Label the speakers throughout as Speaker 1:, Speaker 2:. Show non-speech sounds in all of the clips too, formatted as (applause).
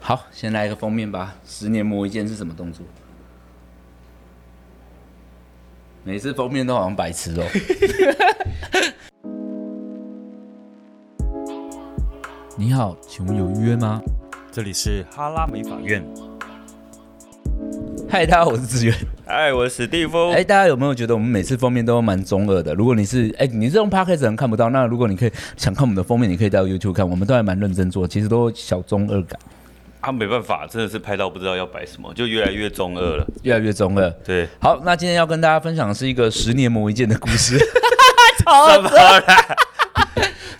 Speaker 1: 好，先来一个封面吧。十年磨一剑是什么动作？每次封面都好像白痴 (laughs) 哦。你好，请问有预约吗？
Speaker 2: 这里是哈拉美法院。
Speaker 1: 嗨，大家好，我是志远。
Speaker 2: 嗨，我是史蒂夫。
Speaker 1: 哎、大家有没有觉得我们每次封面都蛮中二的？如果你是哎、你这种 podcast 人看不到，那如果你可以想看我们的封面，你可以到 YouTube 看，我们都还蛮认真做，其实都小中二感，
Speaker 2: 啊，没办法，真的是拍到不知道要摆什么，就越来越中二了。
Speaker 1: 越来越中二。
Speaker 2: 对，
Speaker 1: 好，那今天要跟大家分享的是一个十年磨一剑的故事，哦
Speaker 2: 怎么了？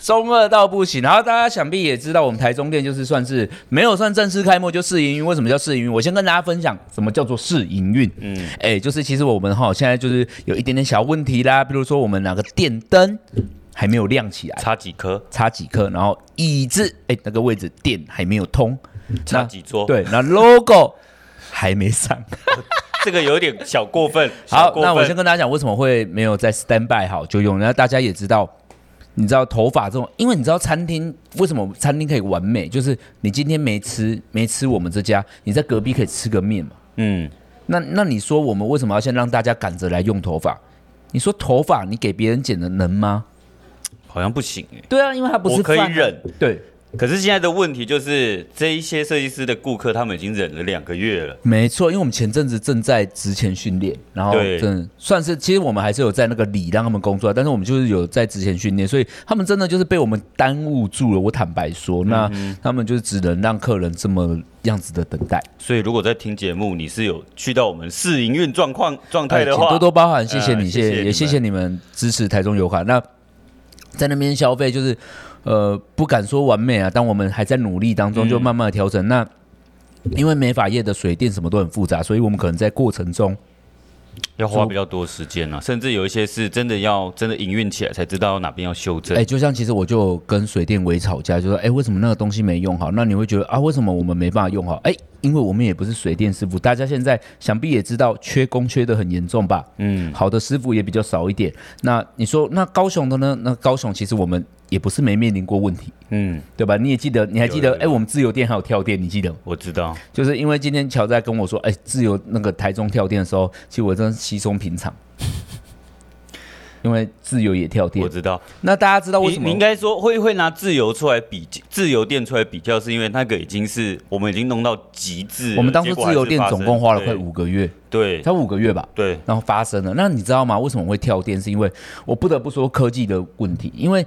Speaker 1: 中二到不行。然后大家想必也知道，我们台中店就是算是没有算正式开幕就试营运。为什么叫试营运？我先跟大家分享什么叫做试营运。嗯，哎、就是其实我们哈现在就是有一点点小问题啦，比如说我们哪个电灯还没有亮起来，
Speaker 2: 差几颗？
Speaker 1: 插几颗，然后椅子哎、那个位置电还没有通，
Speaker 2: 差
Speaker 1: 那
Speaker 2: 几桌？，
Speaker 1: 对，那 logo 还没上。
Speaker 2: 这个有点小过分。小
Speaker 1: 好，
Speaker 2: 过分
Speaker 1: 那我先跟大家讲为什么会没有在 stand by 好就用，然后大家也知道，你知道头发这种，因为你知道餐厅为什么餐厅可以完美，就是你今天没吃没吃我们这家，你在隔壁可以吃个面嘛。
Speaker 2: 嗯，
Speaker 1: 那那你说我们为什么要先让大家赶着来用头发？你说头发你给别人剪的能吗？
Speaker 2: 好像不行哎、
Speaker 1: 对啊，因为它不是
Speaker 2: 我可以
Speaker 1: 饭啊
Speaker 2: 忍。
Speaker 1: 对，
Speaker 2: 可是现在的问题就是，这一些设计师的顾客他们已经忍了两个月了。
Speaker 1: 没错，因为我们前阵子正在职前训练，然后
Speaker 2: 对
Speaker 1: 正算是其实我们还是有在那个里让他们工作，但是我们就是有在职前训练，所以他们真的就是被我们耽误住了。我坦白说，那
Speaker 2: 嗯
Speaker 1: 他们就是只能让客人这么样子的等待。
Speaker 2: 所以如果在听节目，你是有去到我们试营运状况状态
Speaker 1: 哎
Speaker 2: 的
Speaker 1: 请
Speaker 2: 话，
Speaker 1: 多多包涵，谢谢
Speaker 2: 呃
Speaker 1: 你，
Speaker 2: 谢
Speaker 1: 谢
Speaker 2: 谢你
Speaker 1: 谢
Speaker 2: 们
Speaker 1: 也谢谢你们支持台中游卡。那在那边消费就是，呃，不敢说完美啊，但我们还在努力当中，
Speaker 2: 嗯
Speaker 1: 就慢慢的调整。那因为美发业的水电什么都很复杂，所以我们可能在过程中。
Speaker 2: 要花比较多时间啊，甚至有一些是真的要真的营运起来才知道哪边要修正。
Speaker 1: 哎、就像其实我就有跟水电委吵架，就说，哎、为什么那个东西没用好？那你会觉得啊，为什么我们没办法用好？哎、因为我们也不是水电师傅，大家现在想必也知道缺工缺的很严重吧？嗯，好的师傅也比较少一点。那你说那高雄的呢？那高雄其实我们也不是没面临过问题，
Speaker 2: 嗯，
Speaker 1: 对吧？你也记得，你还记得？
Speaker 2: 有有
Speaker 1: 哎、我们自由店还有跳店，你记得吗？
Speaker 2: 我知道。
Speaker 1: 就是因为今天乔在跟我说，哎、自由那个台中跳店的时候，其实我真的稀松平常。因为自由也跳
Speaker 2: 我
Speaker 1: 店，
Speaker 2: 知道，
Speaker 1: 那大家知啊道为
Speaker 2: 你
Speaker 1: 什么
Speaker 2: 你应该说会会拿自由出来比自由店出来比较，是因为那个已经是我们已经弄到极致了。
Speaker 1: 我们当初
Speaker 2: 结果还
Speaker 1: 自
Speaker 2: 是
Speaker 1: 由店
Speaker 2: 发生
Speaker 1: 总共花了快，五个月，
Speaker 2: 对
Speaker 1: 才
Speaker 2: 对
Speaker 1: 五个月吧，
Speaker 2: 对，
Speaker 1: 然后发生了。那你知道吗？为什么我会跳电？是因为我不得不说科技的问题，因为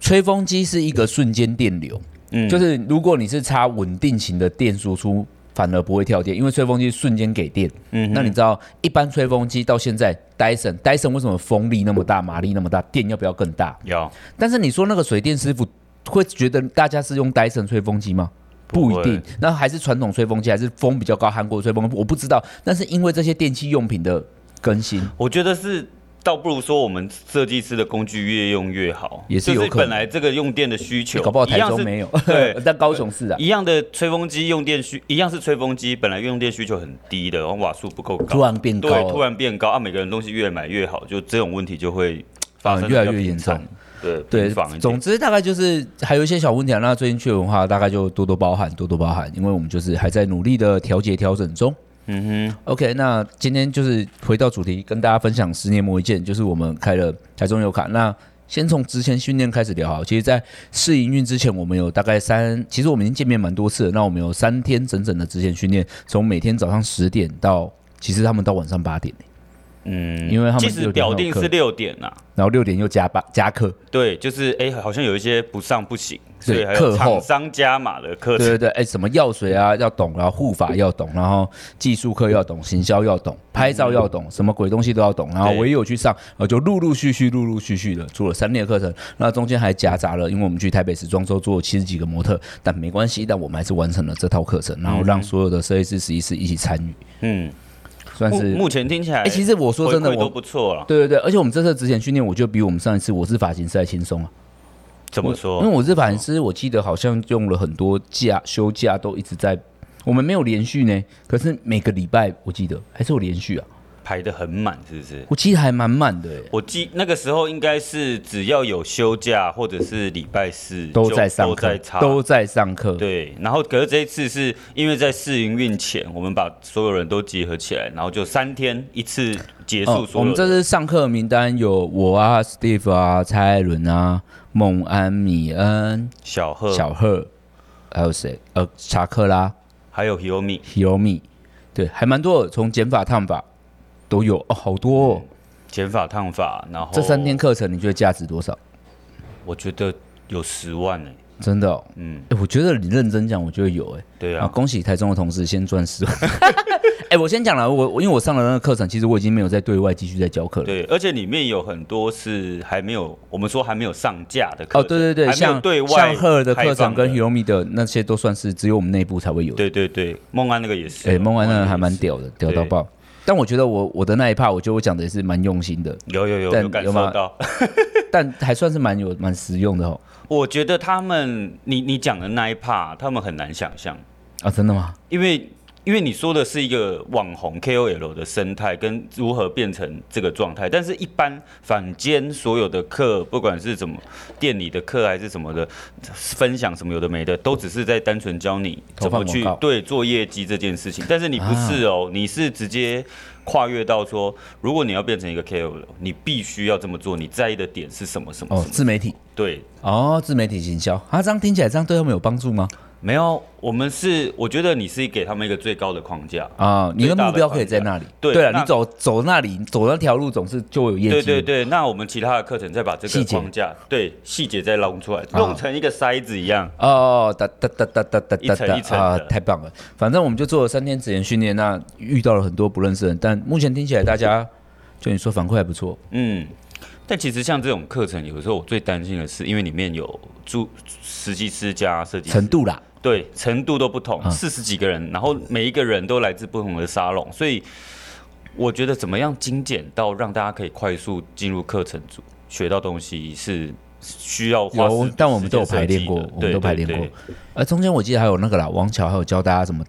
Speaker 1: 吹风机是一个瞬间电流，
Speaker 2: 嗯
Speaker 1: 就是如果你是插稳定型的电输出。反而不会跳电，因为吹风机瞬间给电。嗯，那你知道一般吹风机到现在，Dyson Dyson 为什么风力那么大，马力那么大，电要不要更大？
Speaker 2: 要
Speaker 1: 但是你说那个水电师傅会觉得大家是用 Dyson 吹风机吗？
Speaker 2: 不
Speaker 1: 不
Speaker 2: 会
Speaker 1: 一定，那还是传统吹风机，还是风比较高，韩国吹风机我不知道。但是因为这些电器用品的更新，
Speaker 2: 我觉得是。倒不如说我们设计师的工具越用越好，
Speaker 1: 也是有
Speaker 2: 就是
Speaker 1: 可能哎
Speaker 2: 本来这个用电的需求，
Speaker 1: 搞不好
Speaker 2: 一
Speaker 1: 台
Speaker 2: 样
Speaker 1: 中
Speaker 2: 是
Speaker 1: 没有， (laughs)
Speaker 2: 对
Speaker 1: 但高雄是啊。
Speaker 2: 一样的吹风机用电需一样是吹风机，本来用电需求很低的，然后瓦数不够高，
Speaker 1: 突然变高
Speaker 2: 对，突然变高啊！每个人东西越买越好，就这种问题就会发生、
Speaker 1: 嗯越来越严重，
Speaker 2: 对
Speaker 1: 对
Speaker 2: 频繁一，
Speaker 1: 总
Speaker 2: 点。
Speaker 1: 之大概就是还有一些小问题啊。那最近去文化大概就多多包涵，多多包涵，因为我们就是还在努力的调节调整中。
Speaker 2: 嗯哼，
Speaker 1: OK，那今天就是回到主题，跟大家分享十年磨一剑，就是我们开了台中游卡。那先从职前训练开始聊好。其实，在试营运之前，我们有大概三，其实我们已经见面蛮多次了。那我们有三天整整的职前训练，从每天早上十点到，其实他们到晚上八点，
Speaker 2: 嗯，
Speaker 1: 因为他们六
Speaker 2: 即使
Speaker 1: 点
Speaker 2: 表
Speaker 1: 还有
Speaker 2: 定
Speaker 1: 课
Speaker 2: 是六点呐、啊，
Speaker 1: 然后六点又加班加课。
Speaker 2: 对，就是哎、好像有一些不上不行，所以
Speaker 1: 对
Speaker 2: 还
Speaker 1: 课后
Speaker 2: 有厂商加码的课
Speaker 1: 对
Speaker 2: 程
Speaker 1: 对。对，哎，什么药水啊要懂，然后护法要懂，然后技术课要懂，行销要懂，拍照要懂，什么鬼东西都要懂。然后
Speaker 2: 嗯对
Speaker 1: 我也有去上，然后就陆陆续续、陆陆续续的做了三天的课程。那中间还夹杂了，因为我们去台北时装周做七十几个模特，但没关系，但我们还是完成了这套课程，然后让所有的设计师、实习师一起参与，
Speaker 2: 嗯，
Speaker 1: 算
Speaker 2: 目
Speaker 1: 是。
Speaker 2: 目前听起来，
Speaker 1: 哎，其实我说真的，
Speaker 2: 回馈都
Speaker 1: 我
Speaker 2: 不错了。
Speaker 1: 对对对，而且我们这次之前训练，我就比我们上一次我是发型师还轻松啊。
Speaker 2: 怎么
Speaker 1: 因
Speaker 2: 说？
Speaker 1: 为我是发型师，我记得好像用了很多假休假，都一直在。我们没有连续呢，可是每个礼拜我记得还是有连续啊。
Speaker 2: 排得很满，是不是？
Speaker 1: 我记得还蛮满的、欸，
Speaker 2: 我记那个时候应该是只要有休假或者是礼拜四
Speaker 1: 都
Speaker 2: 就
Speaker 1: 在上
Speaker 2: 都在
Speaker 1: 课
Speaker 2: 插，
Speaker 1: 都在上课。
Speaker 2: 对，然后可是这一次是因为在试营运前，我们把所有人都集合起来，然后就三天一次结
Speaker 1: 哦
Speaker 2: 束所有人。
Speaker 1: 我们这次上课的名单有我啊、Steve 啊、蔡艾伦啊、孟安、米恩、
Speaker 2: 小贺、
Speaker 1: 小贺，还有谁？呃，查克拉、
Speaker 2: 还有 Hiromi，
Speaker 1: Hiromi，对，还蛮多的，从减法、烫法都有哦，好多、
Speaker 2: 嗯
Speaker 1: 哦。
Speaker 2: 减法烫发，然后
Speaker 1: 这三天课程你觉得价值多少？
Speaker 2: 我觉得有十万哎、
Speaker 1: 真的、哦，
Speaker 2: 嗯，
Speaker 1: 哎，我觉得你认真讲，我觉得有哎、
Speaker 2: 对
Speaker 1: 啊，
Speaker 2: 啊，
Speaker 1: 恭喜台中的同事先赚十万。 (laughs) 哎、我先讲了，我我因为我上了那个课程，其实我已经没有在对外继续在教课了。
Speaker 2: 对，而且里面有很多是还没有，我们说还没有上架的课
Speaker 1: 哦，
Speaker 2: 程，
Speaker 1: 对对对，
Speaker 2: 还没有
Speaker 1: 像
Speaker 2: 对
Speaker 1: 像
Speaker 2: 外
Speaker 1: 赫尔的
Speaker 2: 开
Speaker 1: 课程
Speaker 2: 放
Speaker 1: 跟
Speaker 2: 的
Speaker 1: Hiromi 的那些都算是只有我们内部才会有的。
Speaker 2: 对对对，梦安那个也是，
Speaker 1: 哎、孟安那
Speaker 2: 也
Speaker 1: 个还蛮
Speaker 2: 是，
Speaker 1: 屌的，屌到爆。但我觉得我我的那一趴，我觉得我讲的也是蛮用心
Speaker 2: (laughs)
Speaker 1: 的，
Speaker 2: 有有有
Speaker 1: 但
Speaker 2: 有感
Speaker 1: 有
Speaker 2: 受
Speaker 1: 吗
Speaker 2: 到。
Speaker 1: 但还算是蛮有蛮实用的哦。
Speaker 2: 我觉得他们，你你讲的那一 part，他们很难想象，
Speaker 1: 啊，真的吗？
Speaker 2: 因为因为你说的是一个网红 KOL 的生态跟如何变成这个状态，但是一般坊间所有的课，不管是怎么店里的课还是什么的，分享什么有的没的，都只是在单纯教你
Speaker 1: 投
Speaker 2: 怎
Speaker 1: 放
Speaker 2: 么
Speaker 1: 广
Speaker 2: 去
Speaker 1: 告
Speaker 2: 对做业绩这件事情，但是你不是哦，你是直接。跨越到说，如果你要变成一个 KOL，你必须要这么做。你在意的点是什么？什么？
Speaker 1: 哦
Speaker 2: 什，么？
Speaker 1: 自媒体，
Speaker 2: 对，
Speaker 1: 哦，自媒体行销，啊，这样听起来这样对他们有帮助吗？
Speaker 2: 没有，我们是我觉得你是给他们一个最高的框架。
Speaker 1: 啊，你的目标可以在那里，
Speaker 2: 对
Speaker 1: 对啊，
Speaker 2: 那
Speaker 1: 你走走那里，走那条路总是就会有业
Speaker 2: 对
Speaker 1: 绩，
Speaker 2: 对对，那我们其他的课程再把这
Speaker 1: 细
Speaker 2: 个
Speaker 1: 节啊
Speaker 2: 框架对细节再弄出来，弄成一个筛子一样。
Speaker 1: 哦，哒哒哒哒哒哒
Speaker 2: 一
Speaker 1: 哒
Speaker 2: 层
Speaker 1: 哒
Speaker 2: 一层
Speaker 1: 啊
Speaker 2: 的，
Speaker 1: 太棒了！反正我们就做了三天职前训练，那遇到了很多不认识的人，但目前听起来大家就你说反馈还不错，
Speaker 2: 嗯，但其实像这种课程，有时候我最担心的是，因为里面有住实习师加设计师
Speaker 1: 程，度啊啦，
Speaker 2: 对程度都不同，四十几个人，然后每一个人都来自不同的沙龙，所以我觉得怎么样精简到让大家可以快速进入课程组学到东西是。需要花
Speaker 1: 有
Speaker 2: 时
Speaker 1: 但我们都有
Speaker 2: 时间
Speaker 1: 排练
Speaker 2: 设计
Speaker 1: 过
Speaker 2: 的
Speaker 1: 我们
Speaker 2: 对
Speaker 1: 都排
Speaker 2: 对
Speaker 1: 练过
Speaker 2: 对
Speaker 1: 而中间我记得还有那个啦，王乔还有教大家怎么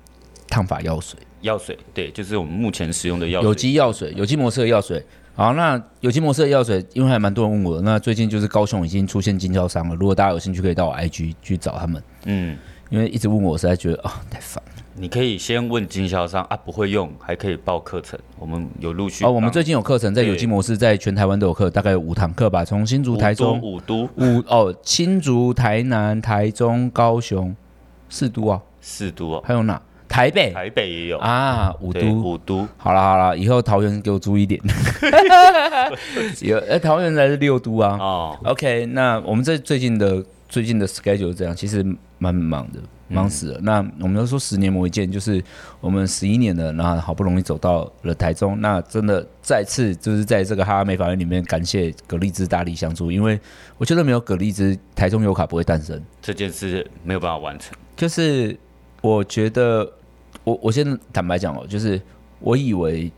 Speaker 1: 烫发药水，
Speaker 2: 药水，对，就是我们目前使用的药水。
Speaker 1: 有机药水，有机模式的药水。好，那有机模式的药水，因为还蛮多人问我的，那最近就是高雄已经出现经销商了，如果大家有兴趣，可以到我 IG 去找他们，
Speaker 2: 嗯，
Speaker 1: 因为一直问我，我实在觉得啊、太烦了。
Speaker 2: 你可以先问经销商啊，不会用还可以报课程，我们有陆续
Speaker 1: 哦，我们
Speaker 2: 帮
Speaker 1: 最近有课程在有机模式，在全台湾都有课，大概有五堂课吧，从新竹、
Speaker 2: 五
Speaker 1: 台中、
Speaker 2: 都五都
Speaker 1: 五哦，新竹、台南、台中、高雄、四都啊，
Speaker 2: 四都哦，
Speaker 1: 还有哪？台北
Speaker 2: 台北也有，
Speaker 1: 啊，五
Speaker 2: 对，
Speaker 1: 都。
Speaker 2: 五都
Speaker 1: 好了好了，以后桃园给我注意一
Speaker 2: (laughs)
Speaker 1: 点。 (laughs) 有，哎、桃园才是六都啊。
Speaker 2: 哦，
Speaker 1: OK，那我们这最近的最近的 schedule 是这样，其实蛮忙的，忙死了。那我们都说十年磨一剑，就是我们十一年了，那好不容易走到了台中，那真的再次就是在这个哈拉美法院里面感谢葛丽芝大力相助，因为我觉得没有葛丽芝，台中油卡不会诞生。
Speaker 2: 这件事没有办法完成。
Speaker 1: 就是我觉得，我我先坦白讲哦，就是我以为，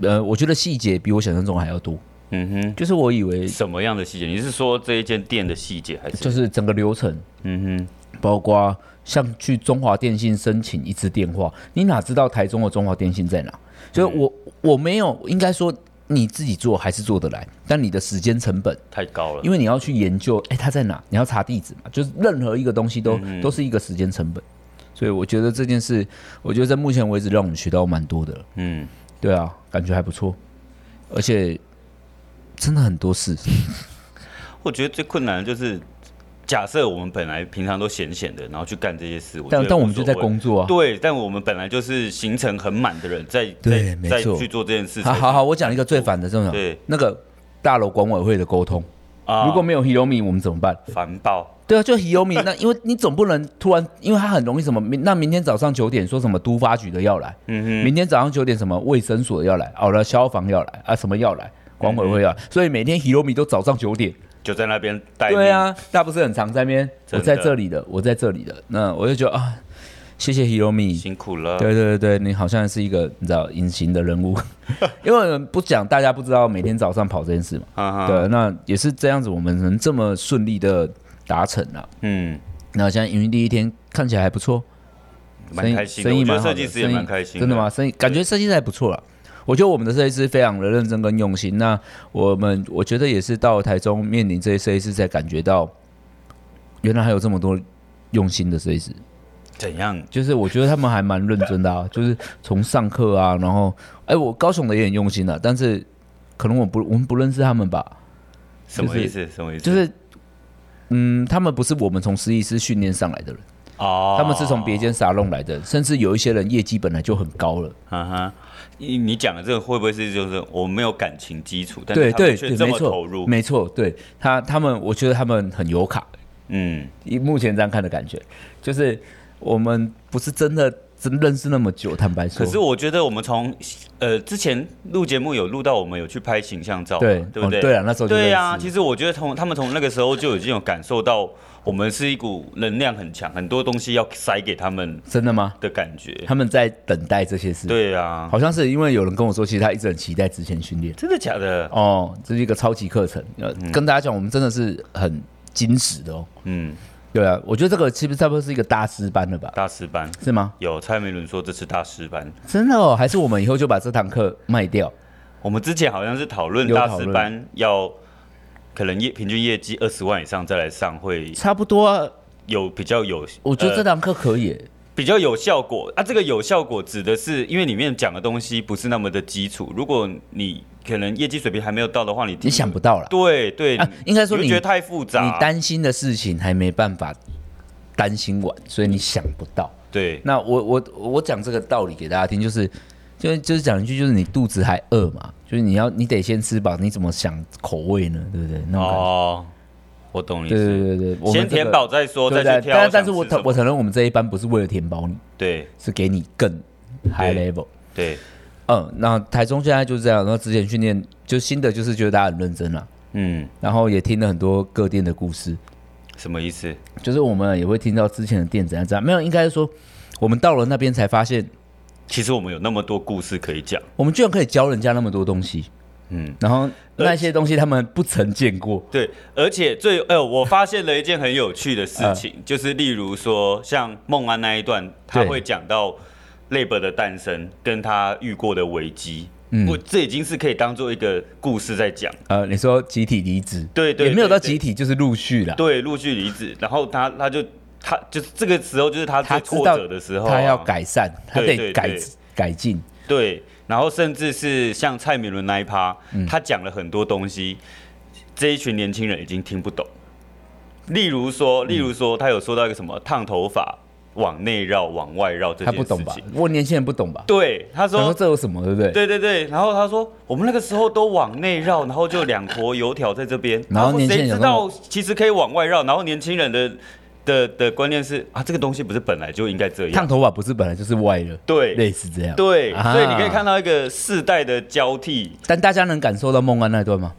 Speaker 1: 呃，我觉得细节比我想象中还要多，
Speaker 2: 嗯哼，
Speaker 1: 就是我以为
Speaker 2: 什么样的细节？你是说这一间店的细节，还是
Speaker 1: 就是整个流程。
Speaker 2: 嗯
Speaker 1: 包括像去中华电信申请一次电话，你哪知道台中的中华电信在哪？所以我我没有，应该说你自己做还是做得来，但你的时间成本，
Speaker 2: 哼，太高了
Speaker 1: 因。为你要去研究，哎、它在哪？你要查地址嘛，就是任何一个东西都、都是一个时间成本。所以我觉得这件事，我觉得在目前为止让我们学到蛮多的了。
Speaker 2: 嗯，
Speaker 1: 对啊，感觉还不错，而且真的很多事。
Speaker 2: 我觉得最困难的就是。假设我们本来平常都闲闲的，然后去干这些事，我觉
Speaker 1: 但
Speaker 2: 得
Speaker 1: 但我
Speaker 2: 无
Speaker 1: 们就
Speaker 2: 所
Speaker 1: 在
Speaker 2: 谓
Speaker 1: 工作啊。
Speaker 2: 对，但我们本来就是行程很满的人，在
Speaker 1: 对
Speaker 2: 在
Speaker 1: 没
Speaker 2: 在
Speaker 1: 错啊
Speaker 2: 去做这件事情。
Speaker 1: 好好好，我讲一个最烦的这种，
Speaker 2: 对
Speaker 1: 那个大楼管委会的沟通。
Speaker 2: 啊
Speaker 1: 如果没有 Hiromi，我们怎么办？
Speaker 2: 烦爆，
Speaker 1: 对啊，就 (laughs) Hiromi，那因为你总不能突然，因为他很容易什么，明那明天早上九点说什么都发局的要来，
Speaker 2: 嗯
Speaker 1: 明天早上九点什么卫生所要来，哦，那消防要来啊，什么要来，管委会要来，所以每天 Hiromi 都早上九点。
Speaker 2: 哼，就在那边待命。
Speaker 1: 对啊，那不是很常在那边，我
Speaker 2: 真的
Speaker 1: 在这里的，我在这里的，那我就觉得啊，谢谢 Hiromi，
Speaker 2: 辛苦了。
Speaker 1: 对对对对，你好像是一个你知道隐形的人物， (laughs) 因为我们不讲，大家不知道每天早上跑这件事嘛。
Speaker 2: 哈啊哈，
Speaker 1: 对，那也是这样子，我们能这么顺利的达成啊。
Speaker 2: 嗯，
Speaker 1: 那现在营运第一天看起来还不错，
Speaker 2: 蛮
Speaker 1: 生
Speaker 2: 开
Speaker 1: 意
Speaker 2: 心的。
Speaker 1: 生意
Speaker 2: 我觉得
Speaker 1: 蛮好
Speaker 2: 设
Speaker 1: 的，
Speaker 2: 计师也
Speaker 1: 生意
Speaker 2: 蛮开心。
Speaker 1: 真的？吗？生意感觉设计师还不错了。我觉得我们的设计师非常的认真跟用心。那我们我觉得也是到台中面临这些设计师，才感觉到原来还有这么多用心的设计师。
Speaker 2: 怎样？
Speaker 1: 就是我觉得他们还蛮认真的
Speaker 2: (laughs)
Speaker 1: 啊，就是从上课啊，然后哎、我高雄的也很用心啊，但是可能我不我们不认识他们吧，
Speaker 2: 什么意思？什么意思？
Speaker 1: 就是嗯，他们不是我们从实习师训练上来的人，
Speaker 2: 哦，
Speaker 1: 他们是从别间沙龙来的，甚至有一些人业绩本来就很高了。
Speaker 2: 嗯哼，你你讲的这个会不会是就是我没有感情基础，但
Speaker 1: 对
Speaker 2: 是他们
Speaker 1: 对
Speaker 2: 却
Speaker 1: 对，
Speaker 2: 这
Speaker 1: 没
Speaker 2: 么
Speaker 1: 错，
Speaker 2: 投入？
Speaker 1: 没错，对他他们，我觉得他们很有卡。
Speaker 2: 嗯，
Speaker 1: 以目前这样看的感觉，就是我们不是真的真认识那么久，坦白说，
Speaker 2: 可是我觉得我们从呃之前录节目有录到我们有去拍形象照嘛，
Speaker 1: 对
Speaker 2: 对不对？
Speaker 1: 哦对啊那时候就
Speaker 2: 对
Speaker 1: 认
Speaker 2: 啊，
Speaker 1: 识
Speaker 2: 其实我觉得从他们从那个时候就已经有感受到我们是一股能量很强，很多东西要塞给他们
Speaker 1: 真的吗？
Speaker 2: 的感觉。
Speaker 1: 他们在等待这些事，，
Speaker 2: 对啊，
Speaker 1: 好像是因为有人跟我说，其实他一直很期待之前训练。
Speaker 2: 真的假的？
Speaker 1: 哦，这是一个超级课程，呃，跟大家讲，我们真的是很矜持的哦。
Speaker 2: 嗯，
Speaker 1: 对啊，我觉得这个是不是差不多是一个大师班了吧？
Speaker 2: 大师班
Speaker 1: 是吗？
Speaker 2: 有蔡美伦说这次大师班，
Speaker 1: 真的哦，还是我们以后就把这堂课卖掉？
Speaker 2: 我们之前好像是讨论
Speaker 1: 有讨
Speaker 2: 大
Speaker 1: 论
Speaker 2: 师班要可能业平均业绩二十万以上再来上会
Speaker 1: 差不多啊，
Speaker 2: 有比较有，
Speaker 1: 我觉得这
Speaker 2: 呃
Speaker 1: 堂课可以耶、
Speaker 2: 比较有效果啊。这个有效果指的是因为里面讲的东西不是那么的基础，如果你可能业绩水平还没有到的话，你
Speaker 1: 你想不到啦。
Speaker 2: 对对
Speaker 1: 啊应该说
Speaker 2: 你会
Speaker 1: 你
Speaker 2: 觉得太复杂，
Speaker 1: 你担心的事情还没办法担心完，所以你想不到。
Speaker 2: 对
Speaker 1: 那我我我讲这个道理给大家听，就是就就是讲一句，就是你肚子还饿嘛，就是你要你得先吃饱，你怎么想口味呢？对不对？那种感觉。
Speaker 2: 哦，我懂你意
Speaker 1: 对
Speaker 2: 思，
Speaker 1: 对对对，我们
Speaker 2: 先
Speaker 1: 这个
Speaker 2: 填饱再说，
Speaker 1: 对
Speaker 2: 再
Speaker 1: 对
Speaker 2: 去挑
Speaker 1: 但
Speaker 2: 想
Speaker 1: 但
Speaker 2: 吃什么。
Speaker 1: 是我承我承认，我们这一班不是为了填饱你，
Speaker 2: 对
Speaker 1: 是给你更 high
Speaker 2: 对
Speaker 1: level。
Speaker 2: 对
Speaker 1: 嗯，那台中现在就是这样，然后之前训练就新的就是觉得大家很认真了，
Speaker 2: 嗯，
Speaker 1: 然后也听了很多各店的故事，
Speaker 2: 什么意思？
Speaker 1: 就是我们也会听到之前的店怎样怎样，没有，应该是说我们到了那边才发现，
Speaker 2: 其实我们有那么多故事可以讲，
Speaker 1: 我们居然可以教人家那么多东西，
Speaker 2: 嗯。
Speaker 1: 然后那些东西他们不曾见过，
Speaker 2: 对，而且最呃，我发现了一件很有趣的事情，
Speaker 1: 啊
Speaker 2: 就是例如说，像孟安那一段，他
Speaker 1: 对
Speaker 2: 会讲到 Labor 的诞生跟他遇过的危机，
Speaker 1: 嗯
Speaker 2: 我这已经是可以当做一个故事在讲。
Speaker 1: 呃，你说集体离职，
Speaker 2: 对对
Speaker 1: 也没有到
Speaker 2: 对对
Speaker 1: 集体，就是陆续啦。
Speaker 2: 对，陆续离职，然后他他就他就是这个时候就是他
Speaker 1: 他
Speaker 2: 最
Speaker 1: 知
Speaker 2: 挫
Speaker 1: 道
Speaker 2: 折的时候啊、
Speaker 1: 他要改善，他得
Speaker 2: 对对
Speaker 1: 改
Speaker 2: 对
Speaker 1: 改进，
Speaker 2: 对，然后甚至是像蔡明伦那一趴，
Speaker 1: 嗯
Speaker 2: 他讲了很多东西，这一群年轻人已经听不懂。例如说，
Speaker 1: 嗯
Speaker 2: 例如说，他有说到一个什么烫头发往内绕、往外绕这
Speaker 1: 他
Speaker 2: 件
Speaker 1: 不
Speaker 2: 事
Speaker 1: 懂吧
Speaker 2: 情。？
Speaker 1: 我年轻人不懂吧？
Speaker 2: 对，他
Speaker 1: 他说
Speaker 2: 说，
Speaker 1: 这有什么，对不对？
Speaker 2: 对对对，然后他说，我们那个时候都往内绕，然后就两坨油条在这边，
Speaker 1: 然后年轻人
Speaker 2: 谁知
Speaker 1: 想说
Speaker 2: 道其实可以往外绕，然后年轻人的的的观念是啊，这个东西不是本来就应该这样
Speaker 1: 烫。头发不是本来就是歪的，
Speaker 2: 对
Speaker 1: 类似这样。
Speaker 2: 对，
Speaker 1: 啊
Speaker 2: 所以你可以看到一个世代的交替，
Speaker 1: 但大家能感受到孟安那段吗？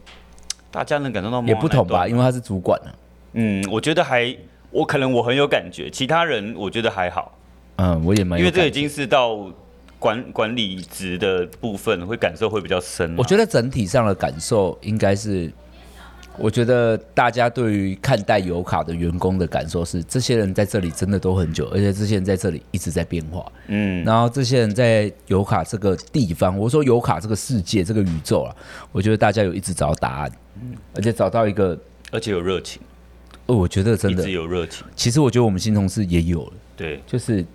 Speaker 2: 大家能感受到
Speaker 1: 也
Speaker 2: 梦
Speaker 1: 不
Speaker 2: 幻那
Speaker 1: 同
Speaker 2: 段
Speaker 1: 吧，因为他是主管啊。
Speaker 2: 嗯，我觉得还，我可能我很有感觉，其他人我觉得还好，
Speaker 1: 嗯，我也蛮
Speaker 2: 因
Speaker 1: 有
Speaker 2: 为这
Speaker 1: 感
Speaker 2: 已经是到管管理职的部分，会感受会比较深啊、
Speaker 1: 我觉得整体上的感受应该是，我觉得大家对于看待油卡的员工的感受是，这些人在这里真的都很久，而且这些人在这里一直在变化。
Speaker 2: 嗯，
Speaker 1: 然后这些人在油卡这个地方，我说油卡这个世界、这个宇宙啊，我觉得大家有一直找到答案，
Speaker 2: 嗯
Speaker 1: 而且找到一个，
Speaker 2: 而且有热情，
Speaker 1: 哦，我觉得真
Speaker 2: 一
Speaker 1: 的
Speaker 2: 直，有热情，
Speaker 1: 其实我觉得我们新同事也有了。
Speaker 2: 对，
Speaker 1: 就是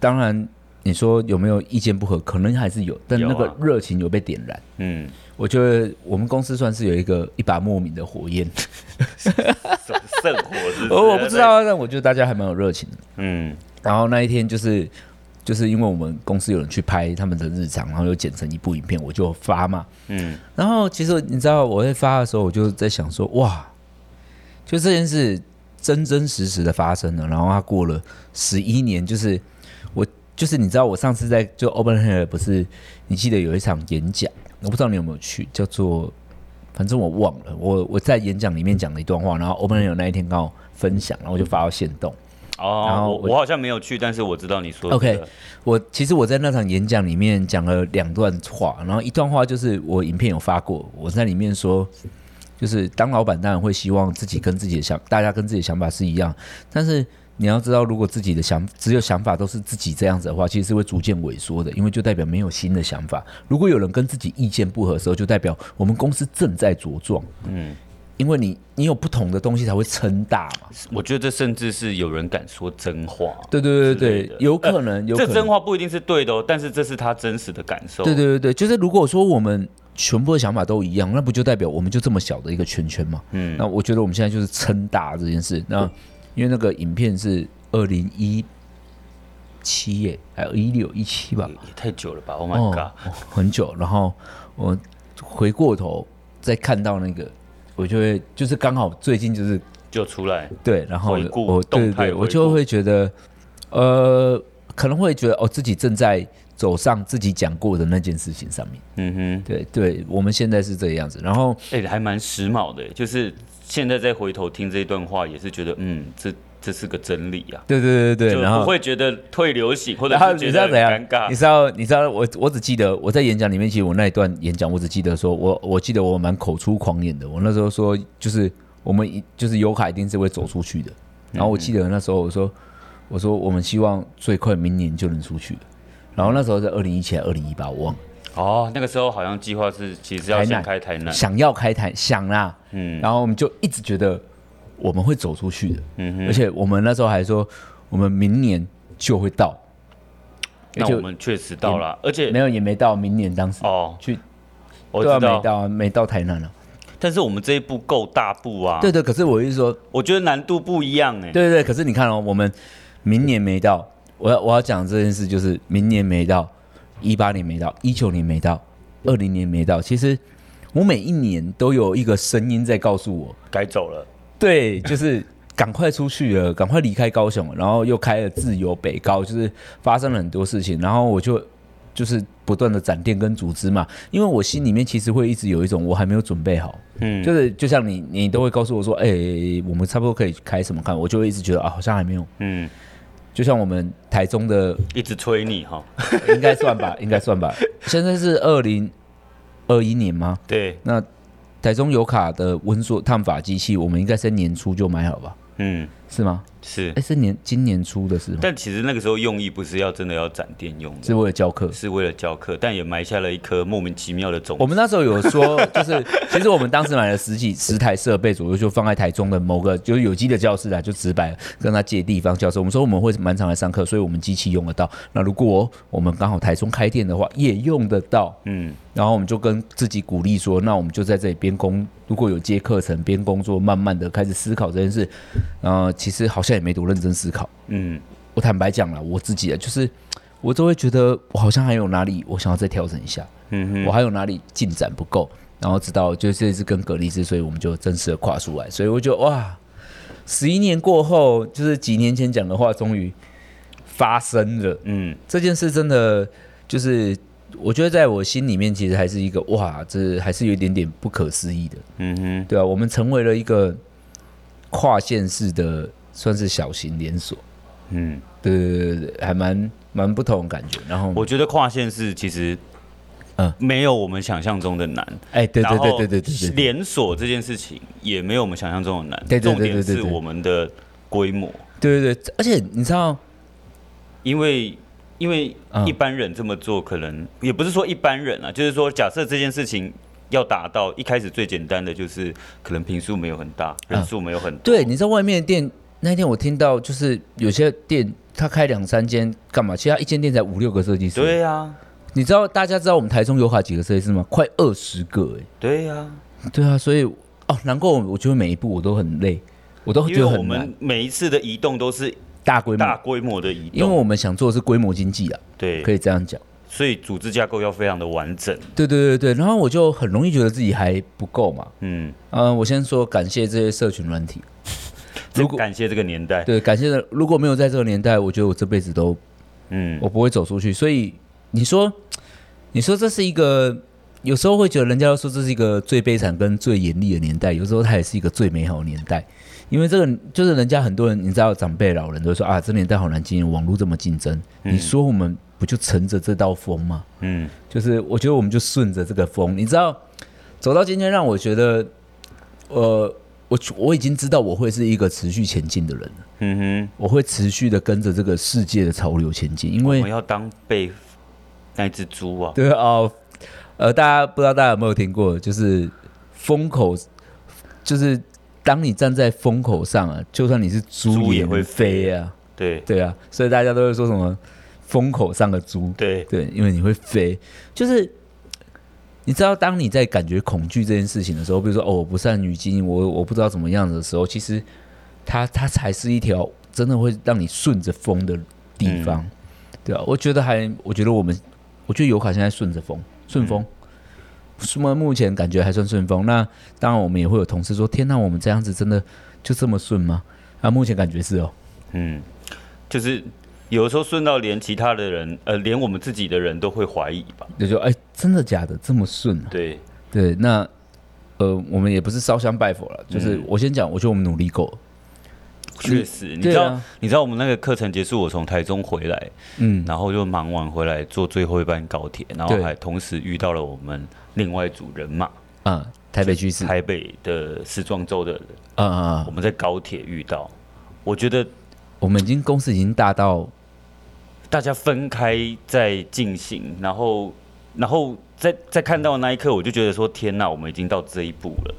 Speaker 1: 当然，你说有没有意见不合，可能还是有，但
Speaker 2: 有啊
Speaker 1: 那个热情有被点燃。 (laughs)
Speaker 2: 嗯，
Speaker 1: 我觉得我们公司算是有一个一把莫名的火
Speaker 2: (laughs)
Speaker 1: 焰，
Speaker 2: 圣圣火是，
Speaker 1: 而我不知，道啊，但我觉得大家还蛮有热情的。
Speaker 2: 嗯，
Speaker 1: 然后那一天就是就是因为我们公司有人去拍他们的日常，然后又剪成一部影片，我就发嘛。
Speaker 2: 嗯，
Speaker 1: 然后其实你知道我在发的时候，我就在想说，哇，就这件事真真实实的发生了。然后它过了十一年，就是我就是你知道我上次在就 Open Hair 不是，你记得有一场演讲，我不知道你有没有去，叫做反正我忘了。我我在演讲里面讲了一段话，然后 Open Hair 那一天刚好分享，然后我就发到线动。然
Speaker 2: 哦
Speaker 1: 后，
Speaker 2: 我
Speaker 1: 我
Speaker 2: 我好像没有去，但是我知道你说的
Speaker 1: OK，我其实我在那场演讲里面讲了两段话，然后一段话就是我影片有发过，我在里面说，就是当老板当然会希望自己跟自己的想，大家跟自己的想法是一样，但是你要知道，如果自己的想只有想法都是自己这样子的话，其实是会逐渐萎缩的，因为就代表没有新的想法。如果有人跟自己意见不合的时候，就代表我们公司正在茁壮。嗯，因为你你有不同的东西才会撑大嘛。
Speaker 2: 我觉得这甚至是有人敢说真话，
Speaker 1: 对对
Speaker 2: 之
Speaker 1: 对
Speaker 2: 类
Speaker 1: 对
Speaker 2: 的，
Speaker 1: 有可能，有可
Speaker 2: 这
Speaker 1: 能。
Speaker 2: 真话不一定是对的哦，但是这是他真实的感受。
Speaker 1: 对对对对，就是如果说我们全部的想法都一样，那不就代表我们就这么小的一个圈圈嘛？嗯，那我觉得我们现在就是撑大这件事。那因为那个影片是二零一七耶，还有一六一七吧
Speaker 2: 也，也太久了吧！Oh my god！、
Speaker 1: 很久。然后我回过头再看到那个，我就会就是刚好最近就是
Speaker 2: 就出来，
Speaker 1: 对，然后
Speaker 2: 回顾
Speaker 1: 我对对
Speaker 2: 动态
Speaker 1: 对，
Speaker 2: 回顾
Speaker 1: 我就会觉得，呃，可能会觉得哦，自己正在走上自己讲过的那件事情上面。
Speaker 2: 嗯哼，
Speaker 1: 对对，我们现在是这个样子。然后
Speaker 2: 哎、还蛮时髦的，就是现在再回头听这段话，也是觉得，嗯，这这是个真理啊，
Speaker 1: 对对对对
Speaker 2: 就
Speaker 1: 对，然
Speaker 2: 不
Speaker 1: 后
Speaker 2: 会觉得退流行，或者
Speaker 1: 然后
Speaker 2: 是
Speaker 1: 你
Speaker 2: 觉
Speaker 1: 知
Speaker 2: 得
Speaker 1: 道
Speaker 2: 很
Speaker 1: 怎样
Speaker 2: 尴？尬
Speaker 1: 你。知道你知道我我只记得我在演讲里面，其实我那一段演讲，我只记得说我我记得我蛮口出狂言的。我那时候说就是我们一就是油卡一定是会走出去的。然后我记得那时候我说我说我们希望最快明年就能出去。然后那时候是二零一七、二零一八，我忘了。
Speaker 2: 哦，那个时候好像计划是，其实要
Speaker 1: 台
Speaker 2: 先
Speaker 1: 南
Speaker 2: 开台南，
Speaker 1: 想要开台，想啦，嗯，
Speaker 2: 嗯
Speaker 1: 然后我们就一直觉得我们会走出去的，嗯，而且我们那时候还说我们明年就会到，
Speaker 2: 那
Speaker 1: 而且
Speaker 2: 我们确实到了，而且
Speaker 1: 没有也没到，明年当时
Speaker 2: 哦，
Speaker 1: 去
Speaker 2: 我
Speaker 1: 对啊
Speaker 2: 知
Speaker 1: 没
Speaker 2: 道，
Speaker 1: 到啊没到台南了，
Speaker 2: 但是我们这一步够大步啊，
Speaker 1: 对对，可是我是说，
Speaker 2: 我觉得难度不一样哎，
Speaker 1: 对对对，可是你看哦，我们明年没到，我要我要讲这件事就是明年没到，一八年没到，一九年没到，二零年没到，其实我每一年都有一个声音在告诉我。
Speaker 2: 该走了。
Speaker 1: 对，就是赶快出去了，赶快离开高雄，然后又开了自由北高，就是发生了很多事情，然后我就就是不断的展店跟组织嘛，因为我心里面其实会一直有一种我还没有准备好，嗯，就是就像你你都会告诉我说，哎、我们差不多可以开什么看，我就会一直觉得啊，好像还没有，
Speaker 2: 嗯，
Speaker 1: 就像我们台中的
Speaker 2: 一直催你哈。
Speaker 1: 应该算吧，应该算吧，现在是二零二一年吗？
Speaker 2: 对，
Speaker 1: 那台中油卡的温缩烫发机器，我们应该是年初就买好吧？
Speaker 2: 嗯，
Speaker 1: 是吗？
Speaker 2: 是
Speaker 1: 哎、。是年今年出的是吗？
Speaker 2: 但其实那个时候用意不是要真的要展店用的，
Speaker 1: 是为了教课。
Speaker 2: 是为了教课，但也埋下了一颗莫名其妙的种
Speaker 1: 我
Speaker 2: 子。
Speaker 1: 们那时候有说，就是 (laughs) 其实我们当时买了十几十台设备左右，就放在台中的某个就是有机的教室啊，就直白跟他借地方教室。我们说我们会蛮常来上课，所以我们机器用得到。那如果我们刚好台中开店的话，也用得到。
Speaker 2: 嗯，
Speaker 1: 然后我们就跟自己鼓励说，那我们就在这里边工，如果有接课程边工作，慢慢的开始思考这件事。呃，其实好像也没多认真思考。
Speaker 2: 嗯，
Speaker 1: 我坦白讲了，我自己啊，就是我都会觉得我好像还有哪里我想要再调整一下，嗯我还有哪里进展不够，然后直到就这次跟格力斯，所以我们就正式的跨出来，所以我觉得哇，十一年过后，就是几年前讲的话，终于发生了，
Speaker 2: 嗯，
Speaker 1: 这件事真的就是。我觉得在我心里面，其实还是一个哇，这还是有一点点不可思议的。
Speaker 2: 嗯哼，
Speaker 1: 对啊，我们成为了一个跨县市的算是小型连锁，
Speaker 2: 嗯，
Speaker 1: 对对对对，还蛮蛮不同的感觉。然后
Speaker 2: 我觉得跨县市其实，
Speaker 1: 嗯
Speaker 2: 没有我们想象中的难。
Speaker 1: 哎，对对
Speaker 2: 然后
Speaker 1: 对对对对对，
Speaker 2: 连锁这件事情也没有我们想象中的难。
Speaker 1: 对对对对对
Speaker 2: 重
Speaker 1: 对
Speaker 2: 点是我们的规模，
Speaker 1: 对对对，而且你知道，
Speaker 2: 因为因为
Speaker 1: 嗯
Speaker 2: 一般人这么做，可能也不是说一般人啊，就是说，假设这件事情要达到一开始最简单的就是，可能平数没有很大，人数没有很多，
Speaker 1: 嗯对，你知道外面的店那天我听到，就是有些店他开两三间干嘛？其实他一间店才五六个设计师。，
Speaker 2: 对啊呀，
Speaker 1: 你知道大家知道我们台中有卡几个设计师吗？快二十个哎、
Speaker 2: 对呀，
Speaker 1: 对啊，所以哦，难怪我我觉得每一步我都很累，我都
Speaker 2: 因
Speaker 1: 觉得
Speaker 2: 为我
Speaker 1: 哦很难
Speaker 2: 们。每一次的移动都是
Speaker 1: 大规
Speaker 2: 大
Speaker 1: 模，
Speaker 2: 规模的移
Speaker 1: 因为
Speaker 2: 动，
Speaker 1: 我们想做的是规模经济啊，可
Speaker 2: 对，
Speaker 1: 以这样讲。
Speaker 2: 所以组织架构要非常的完整，
Speaker 1: 对对对对，然后我就很容易觉得自己还不够嘛，
Speaker 2: 嗯，
Speaker 1: 嗯，我先说感谢这些社群软体。如果
Speaker 2: 感谢这个年代，
Speaker 1: 对感谢的，如果没有在这个年代，我觉得我这辈子都
Speaker 2: 嗯，
Speaker 1: 我不会走出去。所以你说，你说这是一个，有时候会觉得人家都说这是一个最悲惨跟最严厉的年代，有时候它也是一个最美好的年代。因为这个就是人家很多人，你知道长辈老人都说啊，这年代好难经营，网络这么竞争，你说我们不就乘着这道风吗？
Speaker 2: 嗯，
Speaker 1: 就是我觉得我们就顺着这个风，你知道，走到今天让我觉得，呃，我我已经知道我会是一个持续前进的人了，
Speaker 2: 嗯
Speaker 1: 我会持续的跟着这个世界的潮流前进，因
Speaker 2: 哦哼，我
Speaker 1: 为
Speaker 2: 们要当被那只猪啊，
Speaker 1: 对哦，呃，大家不知道大家有没有听过，就是风口，就是当你站在风口上啊，就算你是猪，
Speaker 2: 猪
Speaker 1: 你
Speaker 2: 也会
Speaker 1: 能飞啊，
Speaker 2: 对
Speaker 1: 对啊，所以大家都会说什么风口上的猪，
Speaker 2: 对，
Speaker 1: 对，因为你会飞，就是你知道，当你在感觉恐惧这件事情的时候，比如说哦，我不善于经营，我我不知道怎么样子的时候，其实它它才是一条真的会让你顺着风的地方，对啊，我觉得还，我觉得我们，我觉得尤卡现在顺着风，顺风。什么？目前感觉还算顺风。那当然，我们也会有同事说：“天呐，我们这样子真的就这么顺吗？”啊，目前感觉是哦。
Speaker 2: 嗯，就是有的时候顺到连其他的人，呃，连我们自己的人都会怀疑吧，
Speaker 1: 就说：“哎，真的假的？这么顺啊？”
Speaker 2: 对，
Speaker 1: 对，那呃，我们也不是烧香拜佛
Speaker 2: 嗯
Speaker 1: 了，就是我先讲，我觉得我们努力够了。
Speaker 2: 确实，你
Speaker 1: 对
Speaker 2: 知道，
Speaker 1: 啊
Speaker 2: 你知道我们那个课程结束，我从台中回来，
Speaker 1: 嗯，
Speaker 2: 然后就忙完回来坐最后一班高铁，然后
Speaker 1: 对
Speaker 2: 还同时遇到了我们另外一组人马，
Speaker 1: 啊、台北区是，啊
Speaker 2: 台北的时装周的人，
Speaker 1: 啊啊
Speaker 2: 我，们在高铁遇到，我觉得
Speaker 1: 我们已经公司已经大到，
Speaker 2: 大家分开在进行，然后，然后在在看到的那一刻，我就觉得说，天呐，我们已经到这一步了。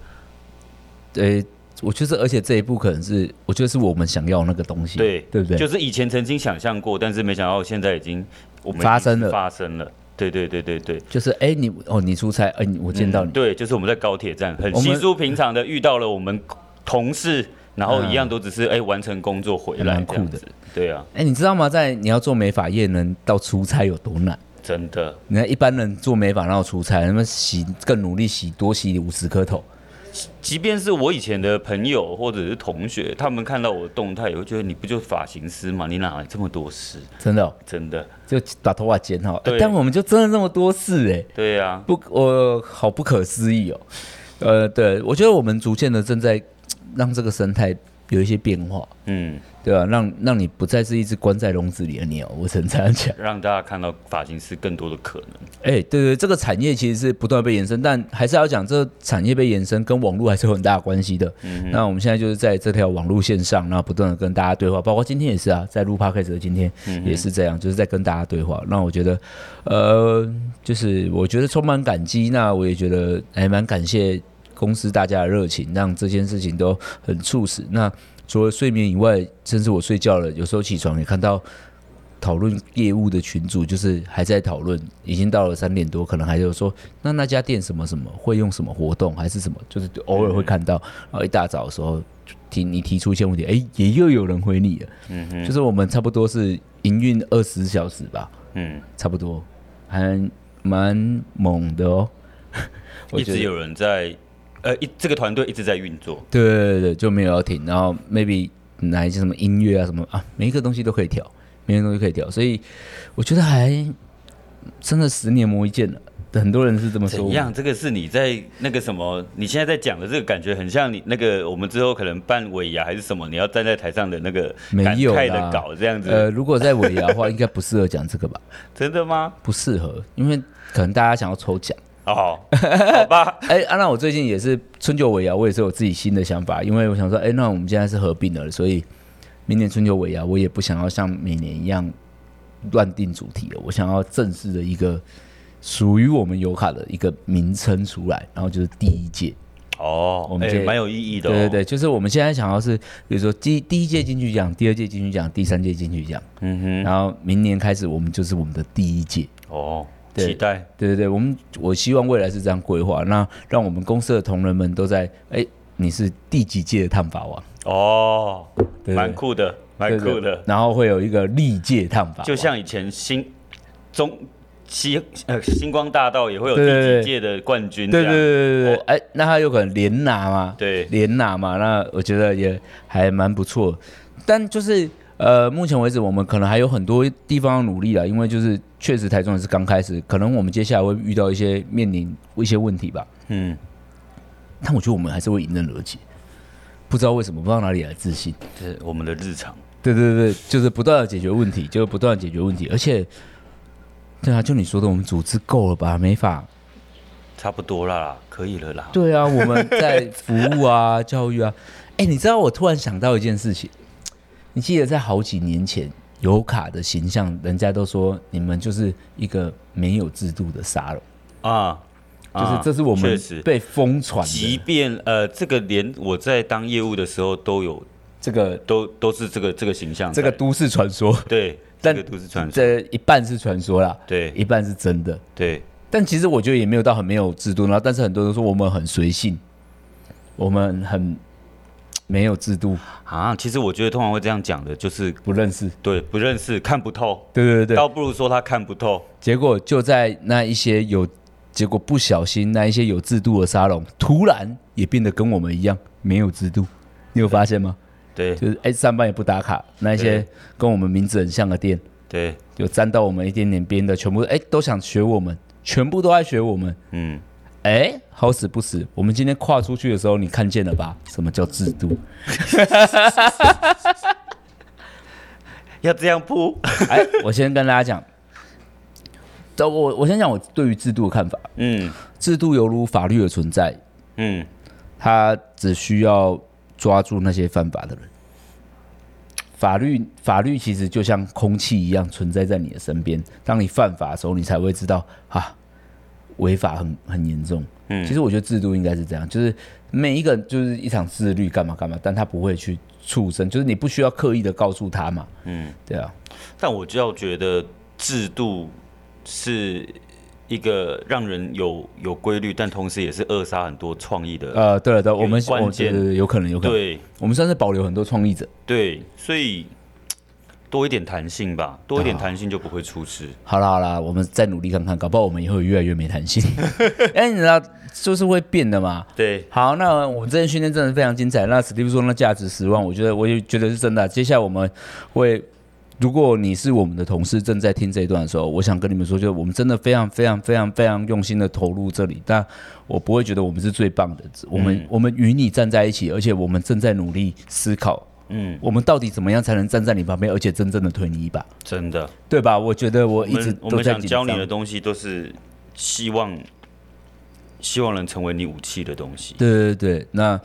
Speaker 1: 呃、我觉得，而且这一步可能是，我觉得是我们想要那个东西，
Speaker 2: 对，
Speaker 1: 对不对？
Speaker 2: 就是以前曾经想象过，但是没想到现在已经我们已经
Speaker 1: 发生了
Speaker 2: 发生了。对对对对对，
Speaker 1: 就是，哎、你哦，你出差，哎、你我见到
Speaker 2: 嗯
Speaker 1: 你，
Speaker 2: 对，就是我们在高铁站很
Speaker 1: 我们
Speaker 2: 稀疏平常的遇到了我们同事，然后一样都只是哎、完成工作回
Speaker 1: 嗯还
Speaker 2: 来
Speaker 1: 蛮酷
Speaker 2: 这样子。对啊，
Speaker 1: 哎、你知道吗？在你要做美发业，能到出差有多难？
Speaker 2: 真的
Speaker 1: 你看一般人做美发，然后出差，他们洗更努力洗，多洗五十颗头。
Speaker 2: 即便是我以前的朋友或者是同学，他们看到我的动态，也会觉得你不就发型师吗？你哪来这么多事？
Speaker 1: 真的哦、
Speaker 2: 真的，
Speaker 1: 就把头发剪好，哎
Speaker 2: 对
Speaker 1: 但我们就真的那么多事哎、
Speaker 2: 对啊，
Speaker 1: 不，我好不可思议哦。呃，对，我觉得我们逐渐的正在让这个生态有一些变化，
Speaker 2: 嗯，
Speaker 1: 对吧、让让你不再是一只关在笼子里的鸟，我只能这样讲。
Speaker 2: 让大家看到发型师更多的可能。
Speaker 1: 哎，对对，这个产业其实是不断被延伸，但还是要讲，这个产业被延伸跟网络还是有很大的关系的。那我们现在就是在这条网络线上，然后不断的跟大家对话，包括今天也是啊，在录 podcast 的今天也是这样，就是在跟大家对话。那我觉得，呃，就是我觉得充满感激，那我也觉得还蛮感谢公司大家的热情，让这件事情都很促使。那除了睡眠以外，甚至我睡觉了，有时候起床也看到讨论业务的群组，就是还在讨论，已经到了三点多，可能还有说那那家店什么什么会用什么活动还是什么，就是偶尔会看到。然后一大早的时候就提你提出一些问题，哎，也又有人回你了。
Speaker 2: 嗯哼，
Speaker 1: 就是我们差不多是营运二十小时吧，
Speaker 2: 嗯，
Speaker 1: 差不多，还蛮猛的
Speaker 2: (laughs)
Speaker 1: 哦。我
Speaker 2: 一
Speaker 1: 觉得
Speaker 2: 直有人在，呃，一这个团队一直在运作。
Speaker 1: 对对对对，就没有要停。然后 maybe 哪一些什么音乐啊什么啊，每一个东西都可以调，每一个东西可以调。所以我觉得还真的十年磨一剑了。很多人是这么说
Speaker 2: 怎
Speaker 1: 我。
Speaker 2: 样？这个是你在那个什么？你现在在讲的这个感觉很像你那个，我们之后可能办尾牙还是什么，你要站在台上的那个
Speaker 1: 没
Speaker 2: 感
Speaker 1: 有
Speaker 2: 慨
Speaker 1: 啦
Speaker 2: 的稿这样子，
Speaker 1: 呃，如果在尾牙的话，应该不适合讲这个吧？
Speaker 2: 真的吗？
Speaker 1: 不适合，因为可能大家想要抽奖。
Speaker 2: 哦，好吧，
Speaker 1: 哎、啊，那我最近也是春秋尾牙，我也是有自己新的想法，因为我想说，哎、那我们现在是合并了，所以明年春秋尾牙，我也不想要像每年一样乱定主题了，我想要正式的一个属于我们油卡的一个名称出来，然后就是第一届。
Speaker 2: 哦，
Speaker 1: 我们
Speaker 2: 哎
Speaker 1: 这
Speaker 2: 蛮有意义的、哦，
Speaker 1: 对对对，就是我们现在想要是，比如说第第一届金曲奖，第二届金曲奖，第三届金曲奖，
Speaker 2: 嗯哼，
Speaker 1: 然后明年开始我们就是我们的第一届。
Speaker 2: 哦，
Speaker 1: 对
Speaker 2: 期待，
Speaker 1: 对对对，我们我希望未来是这样规划，那让我们公司的同仁们都在，哎，你是第几届的烫发王？
Speaker 2: 哦，
Speaker 1: 对
Speaker 2: 蛮酷的，蛮
Speaker 1: 对对
Speaker 2: 酷的，
Speaker 1: 然后会有一个历届烫发王，
Speaker 2: 就像以前星中西呃星光大道也会有
Speaker 1: 对对
Speaker 2: 第
Speaker 1: 对
Speaker 2: 几届的冠军
Speaker 1: 对
Speaker 2: 这样，
Speaker 1: 对对对对，哎，那他有可能连拿嘛？
Speaker 2: 对
Speaker 1: 连拿嘛，那我觉得也还蛮不错，但就是。呃，目前为止，我们可能还有很多地方要努力啦，因为就是确实台中也是刚开始，可能我们接下来会遇到一些面临一些问题吧。
Speaker 2: 嗯，
Speaker 1: 但我觉得我们还是会迎刃而解，不知道为什么，不知道哪里来的自信。
Speaker 2: 这是我们的日常，
Speaker 1: 对对对，就是不断的解决问题，就是不断的解决问题，而且，对啊，就你说的，我们组织够了吧？没法，
Speaker 2: 差不多啦啦，可以了啦。
Speaker 1: 对啊，我们在服务啊、教育啊。哎、你知道我突然想到一件事情，你记得在好几年前，油卡的形象，人家都说你们就是一个没有制度的沙龙，
Speaker 2: 啊，
Speaker 1: 就是这是我
Speaker 2: 确
Speaker 1: 们
Speaker 2: 实
Speaker 1: 被疯传
Speaker 2: 即
Speaker 1: 的
Speaker 2: 便呃，这个连我在当业务的时候都有，
Speaker 1: 这个
Speaker 2: 都都是这个这个形象
Speaker 1: 这
Speaker 2: 在，
Speaker 1: 个都市传说，
Speaker 2: 对，这
Speaker 1: 但
Speaker 2: 个都市传说，
Speaker 1: 这一半是传说啦，
Speaker 2: 对
Speaker 1: 一半是真的。
Speaker 2: 对，
Speaker 1: 但其实我觉得也没有到很没有制度，然后但是很多人说我们很随性，我们很没有制度，
Speaker 2: 啊，其实我觉得通常会这样讲的，就是
Speaker 1: 不认识。
Speaker 2: 对不认识、看不透，
Speaker 1: 对对对对，
Speaker 2: 倒不如说他看不透。
Speaker 1: 结果就在那一些有，结果不小心那一些有制度的沙龙，突然也变得跟我们一样没有制度，你有发现吗？
Speaker 2: 对
Speaker 1: 就是哎，上班也不打卡，那一些
Speaker 2: 对
Speaker 1: 跟我们名字很像的店，
Speaker 2: 对，
Speaker 1: 有沾到我们一点点边的，全部哎都想学我们，全部都在学我们。
Speaker 2: 嗯，
Speaker 1: 哎，好死不死，我们今天跨出去的时候，你看见了吧？什么叫制度？ (laughs)
Speaker 2: 要这样铺。
Speaker 1: 哎，我先跟大家讲，这我我先讲我对于制度的看法。
Speaker 2: 嗯
Speaker 1: 制度犹如法律的存在，
Speaker 2: 嗯，
Speaker 1: 它只需要抓住那些犯法的人。法律法律其实就像空气一样存在在你的身边，当你犯法的时候，你才会知道啊，违法很很严重。嗯，其实我觉得制度应该是这样，就是每一个人就是一场自律干嘛干嘛，但他不会去畜生，就是你不需要刻意的告诉他嘛。嗯，对啊，
Speaker 2: 但我就要觉得制度是一个让人有有规律，但同时也是扼杀很多创意的。
Speaker 1: 呃，对了对了，我们
Speaker 2: 关
Speaker 1: 我
Speaker 2: 键
Speaker 1: 对对对有可能有可能，
Speaker 2: 对
Speaker 1: 我们算是保留很多创意者。
Speaker 2: 对，所以多一点弹性吧，多一点弹性就不会出事。
Speaker 1: 好啦好啦，我们再努力看看，搞不好我们以后也越来越没弹性。哎，你知道，就是会变的嘛。
Speaker 2: 对，
Speaker 1: 好，那我们这次训练真的非常精彩。那史蒂夫说那价值十万，我觉得啊我也觉得是真的啊、接下来我们会，如果你是我们的同事正在听这一段的时候，我想跟你们说，就是我们真的非常非常非常非常用心的投入这里，但我不会觉得我们是最棒的，我们、我们与你站在一起，而且我们正在努力思考，
Speaker 2: 嗯，
Speaker 1: 我们到底怎么样才能站在你旁边，而且真正的推你一把，
Speaker 2: 真的，
Speaker 1: 对吧？我觉得我
Speaker 2: 我
Speaker 1: 一直
Speaker 2: 们我
Speaker 1: 都
Speaker 2: 们
Speaker 1: 在
Speaker 2: 想
Speaker 1: 紧
Speaker 2: 教
Speaker 1: 张
Speaker 2: 你。的东西都是希望希望能成为你武器的东西。
Speaker 1: 对对对，那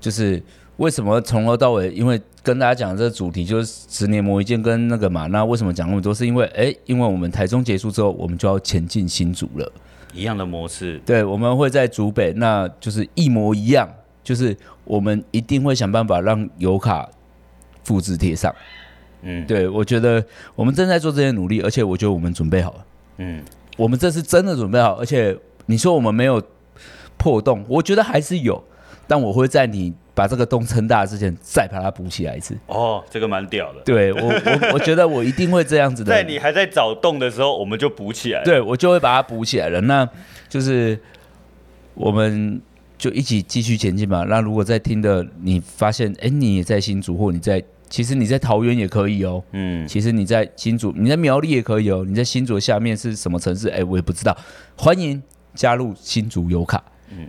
Speaker 1: 就是为什么从头到尾，因为跟大家讲这个主题就是十年磨一剑跟那个嘛，那为什么讲那么多？是因为哎，因为我们台中结束之后，我们就要前进新竹了。
Speaker 2: 一样的模式，
Speaker 1: 对，我们会在竹北，那就是一模一样，就是我们一定会想办法让油卡复制贴上。
Speaker 2: 嗯
Speaker 1: 对，我觉得我们正在做这些努力，而且我觉得我们准备好了。
Speaker 2: 嗯，
Speaker 1: 我们这次真的准备好，而且你说我们没有破洞，我觉得还是有，但我会在你把这个洞撑大之前再把它补起来一次。
Speaker 2: 哦，这个蛮屌的。
Speaker 1: 对我，我 (laughs) 我觉得我一定会这样子的。
Speaker 2: 在你还在找洞的时候，我们就补起来。，
Speaker 1: 对我就会把它补起来了。那就是我们就一起继续前进吧。那如果在听的你发现，哎，你也在新竹，或你在，其实你在桃园也可以哦。
Speaker 2: 嗯，
Speaker 1: 其实你在新竹，你在苗栗也可以哦。你在新竹下面是什么城市？哎，我也不知道。欢迎加入新竹游卡，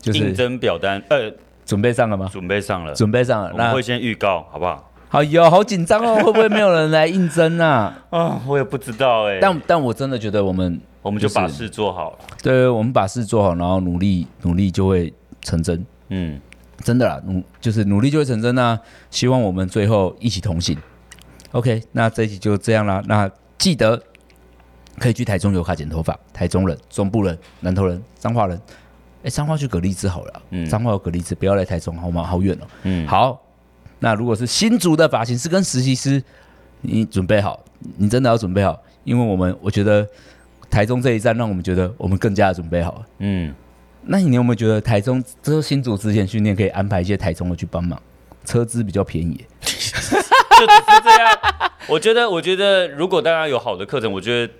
Speaker 1: 就
Speaker 2: 嗯应
Speaker 1: 是
Speaker 2: 征表单，呃，
Speaker 1: 准备上了吗？
Speaker 2: 准备上了，
Speaker 1: 准备上了。
Speaker 2: 我们
Speaker 1: 那
Speaker 2: 会先预告，好不好？
Speaker 1: 好哟，好紧
Speaker 2: (laughs)
Speaker 1: 张哦，会不会没有人来应征啊？
Speaker 2: 啊，我也不知道哎，
Speaker 1: 但但我真的觉得我们
Speaker 2: 我们就把
Speaker 1: 就是
Speaker 2: 事做好了。
Speaker 1: 对，我们把事做好，然后努力努力就会成真，
Speaker 2: 嗯，
Speaker 1: 真的啦，努就是努力就会成真啊。希望我们最后一起同行。OK，那这一集就这样啦。那记得可以去台中油卡剪头发，台中人、中部人、南投人、彰化人。哎，彰化去葛荔枝好了啦，
Speaker 2: 嗯
Speaker 1: 彰化有葛荔枝，不要来台中好吗？好远哦。
Speaker 2: 嗯
Speaker 1: 好，那如果是新竹的发型师跟实习师，你准备好，你真的要准备好，因为我们我觉得台中这一站让我们觉得我们更加的准备好了。
Speaker 2: 嗯，
Speaker 1: 那你有没有觉得台中之后新竹之前训练可以安排一些台中的去帮忙？车资比较便宜，
Speaker 2: 就只是这样。我觉得，我觉得如果大家有好的课程，我觉得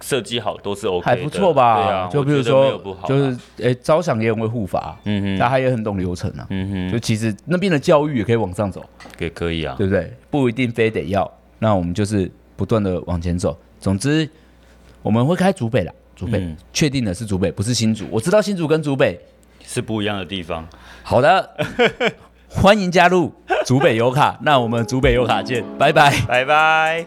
Speaker 2: 设计好都是 OK，
Speaker 1: 还
Speaker 2: 的
Speaker 1: 不错
Speaker 2: 对
Speaker 1: 吧？
Speaker 2: 啊，
Speaker 1: 就
Speaker 2: 我
Speaker 1: 比如
Speaker 2: 觉得没有
Speaker 1: 说
Speaker 2: 不好，啊，
Speaker 1: 就是诶、招想也很会护法，
Speaker 2: 嗯
Speaker 1: 那、
Speaker 2: 哼，
Speaker 1: 他也很懂流程啊。
Speaker 2: 嗯
Speaker 1: 就其实那边的教育也可以往上走，
Speaker 2: 哼，也可以啊。
Speaker 1: 对不对？不一定非得要。那我们就是不断的往前走。总之，我们会开竹北啦，竹北、
Speaker 2: 嗯
Speaker 1: 确定的是竹北，不是新竹。我知道新竹跟竹北。
Speaker 2: 是不一样的地方。
Speaker 1: 好
Speaker 2: (laughs)
Speaker 1: 的，欢迎加入竹北油卡。那我们竹北油卡见，拜拜。
Speaker 2: 拜拜。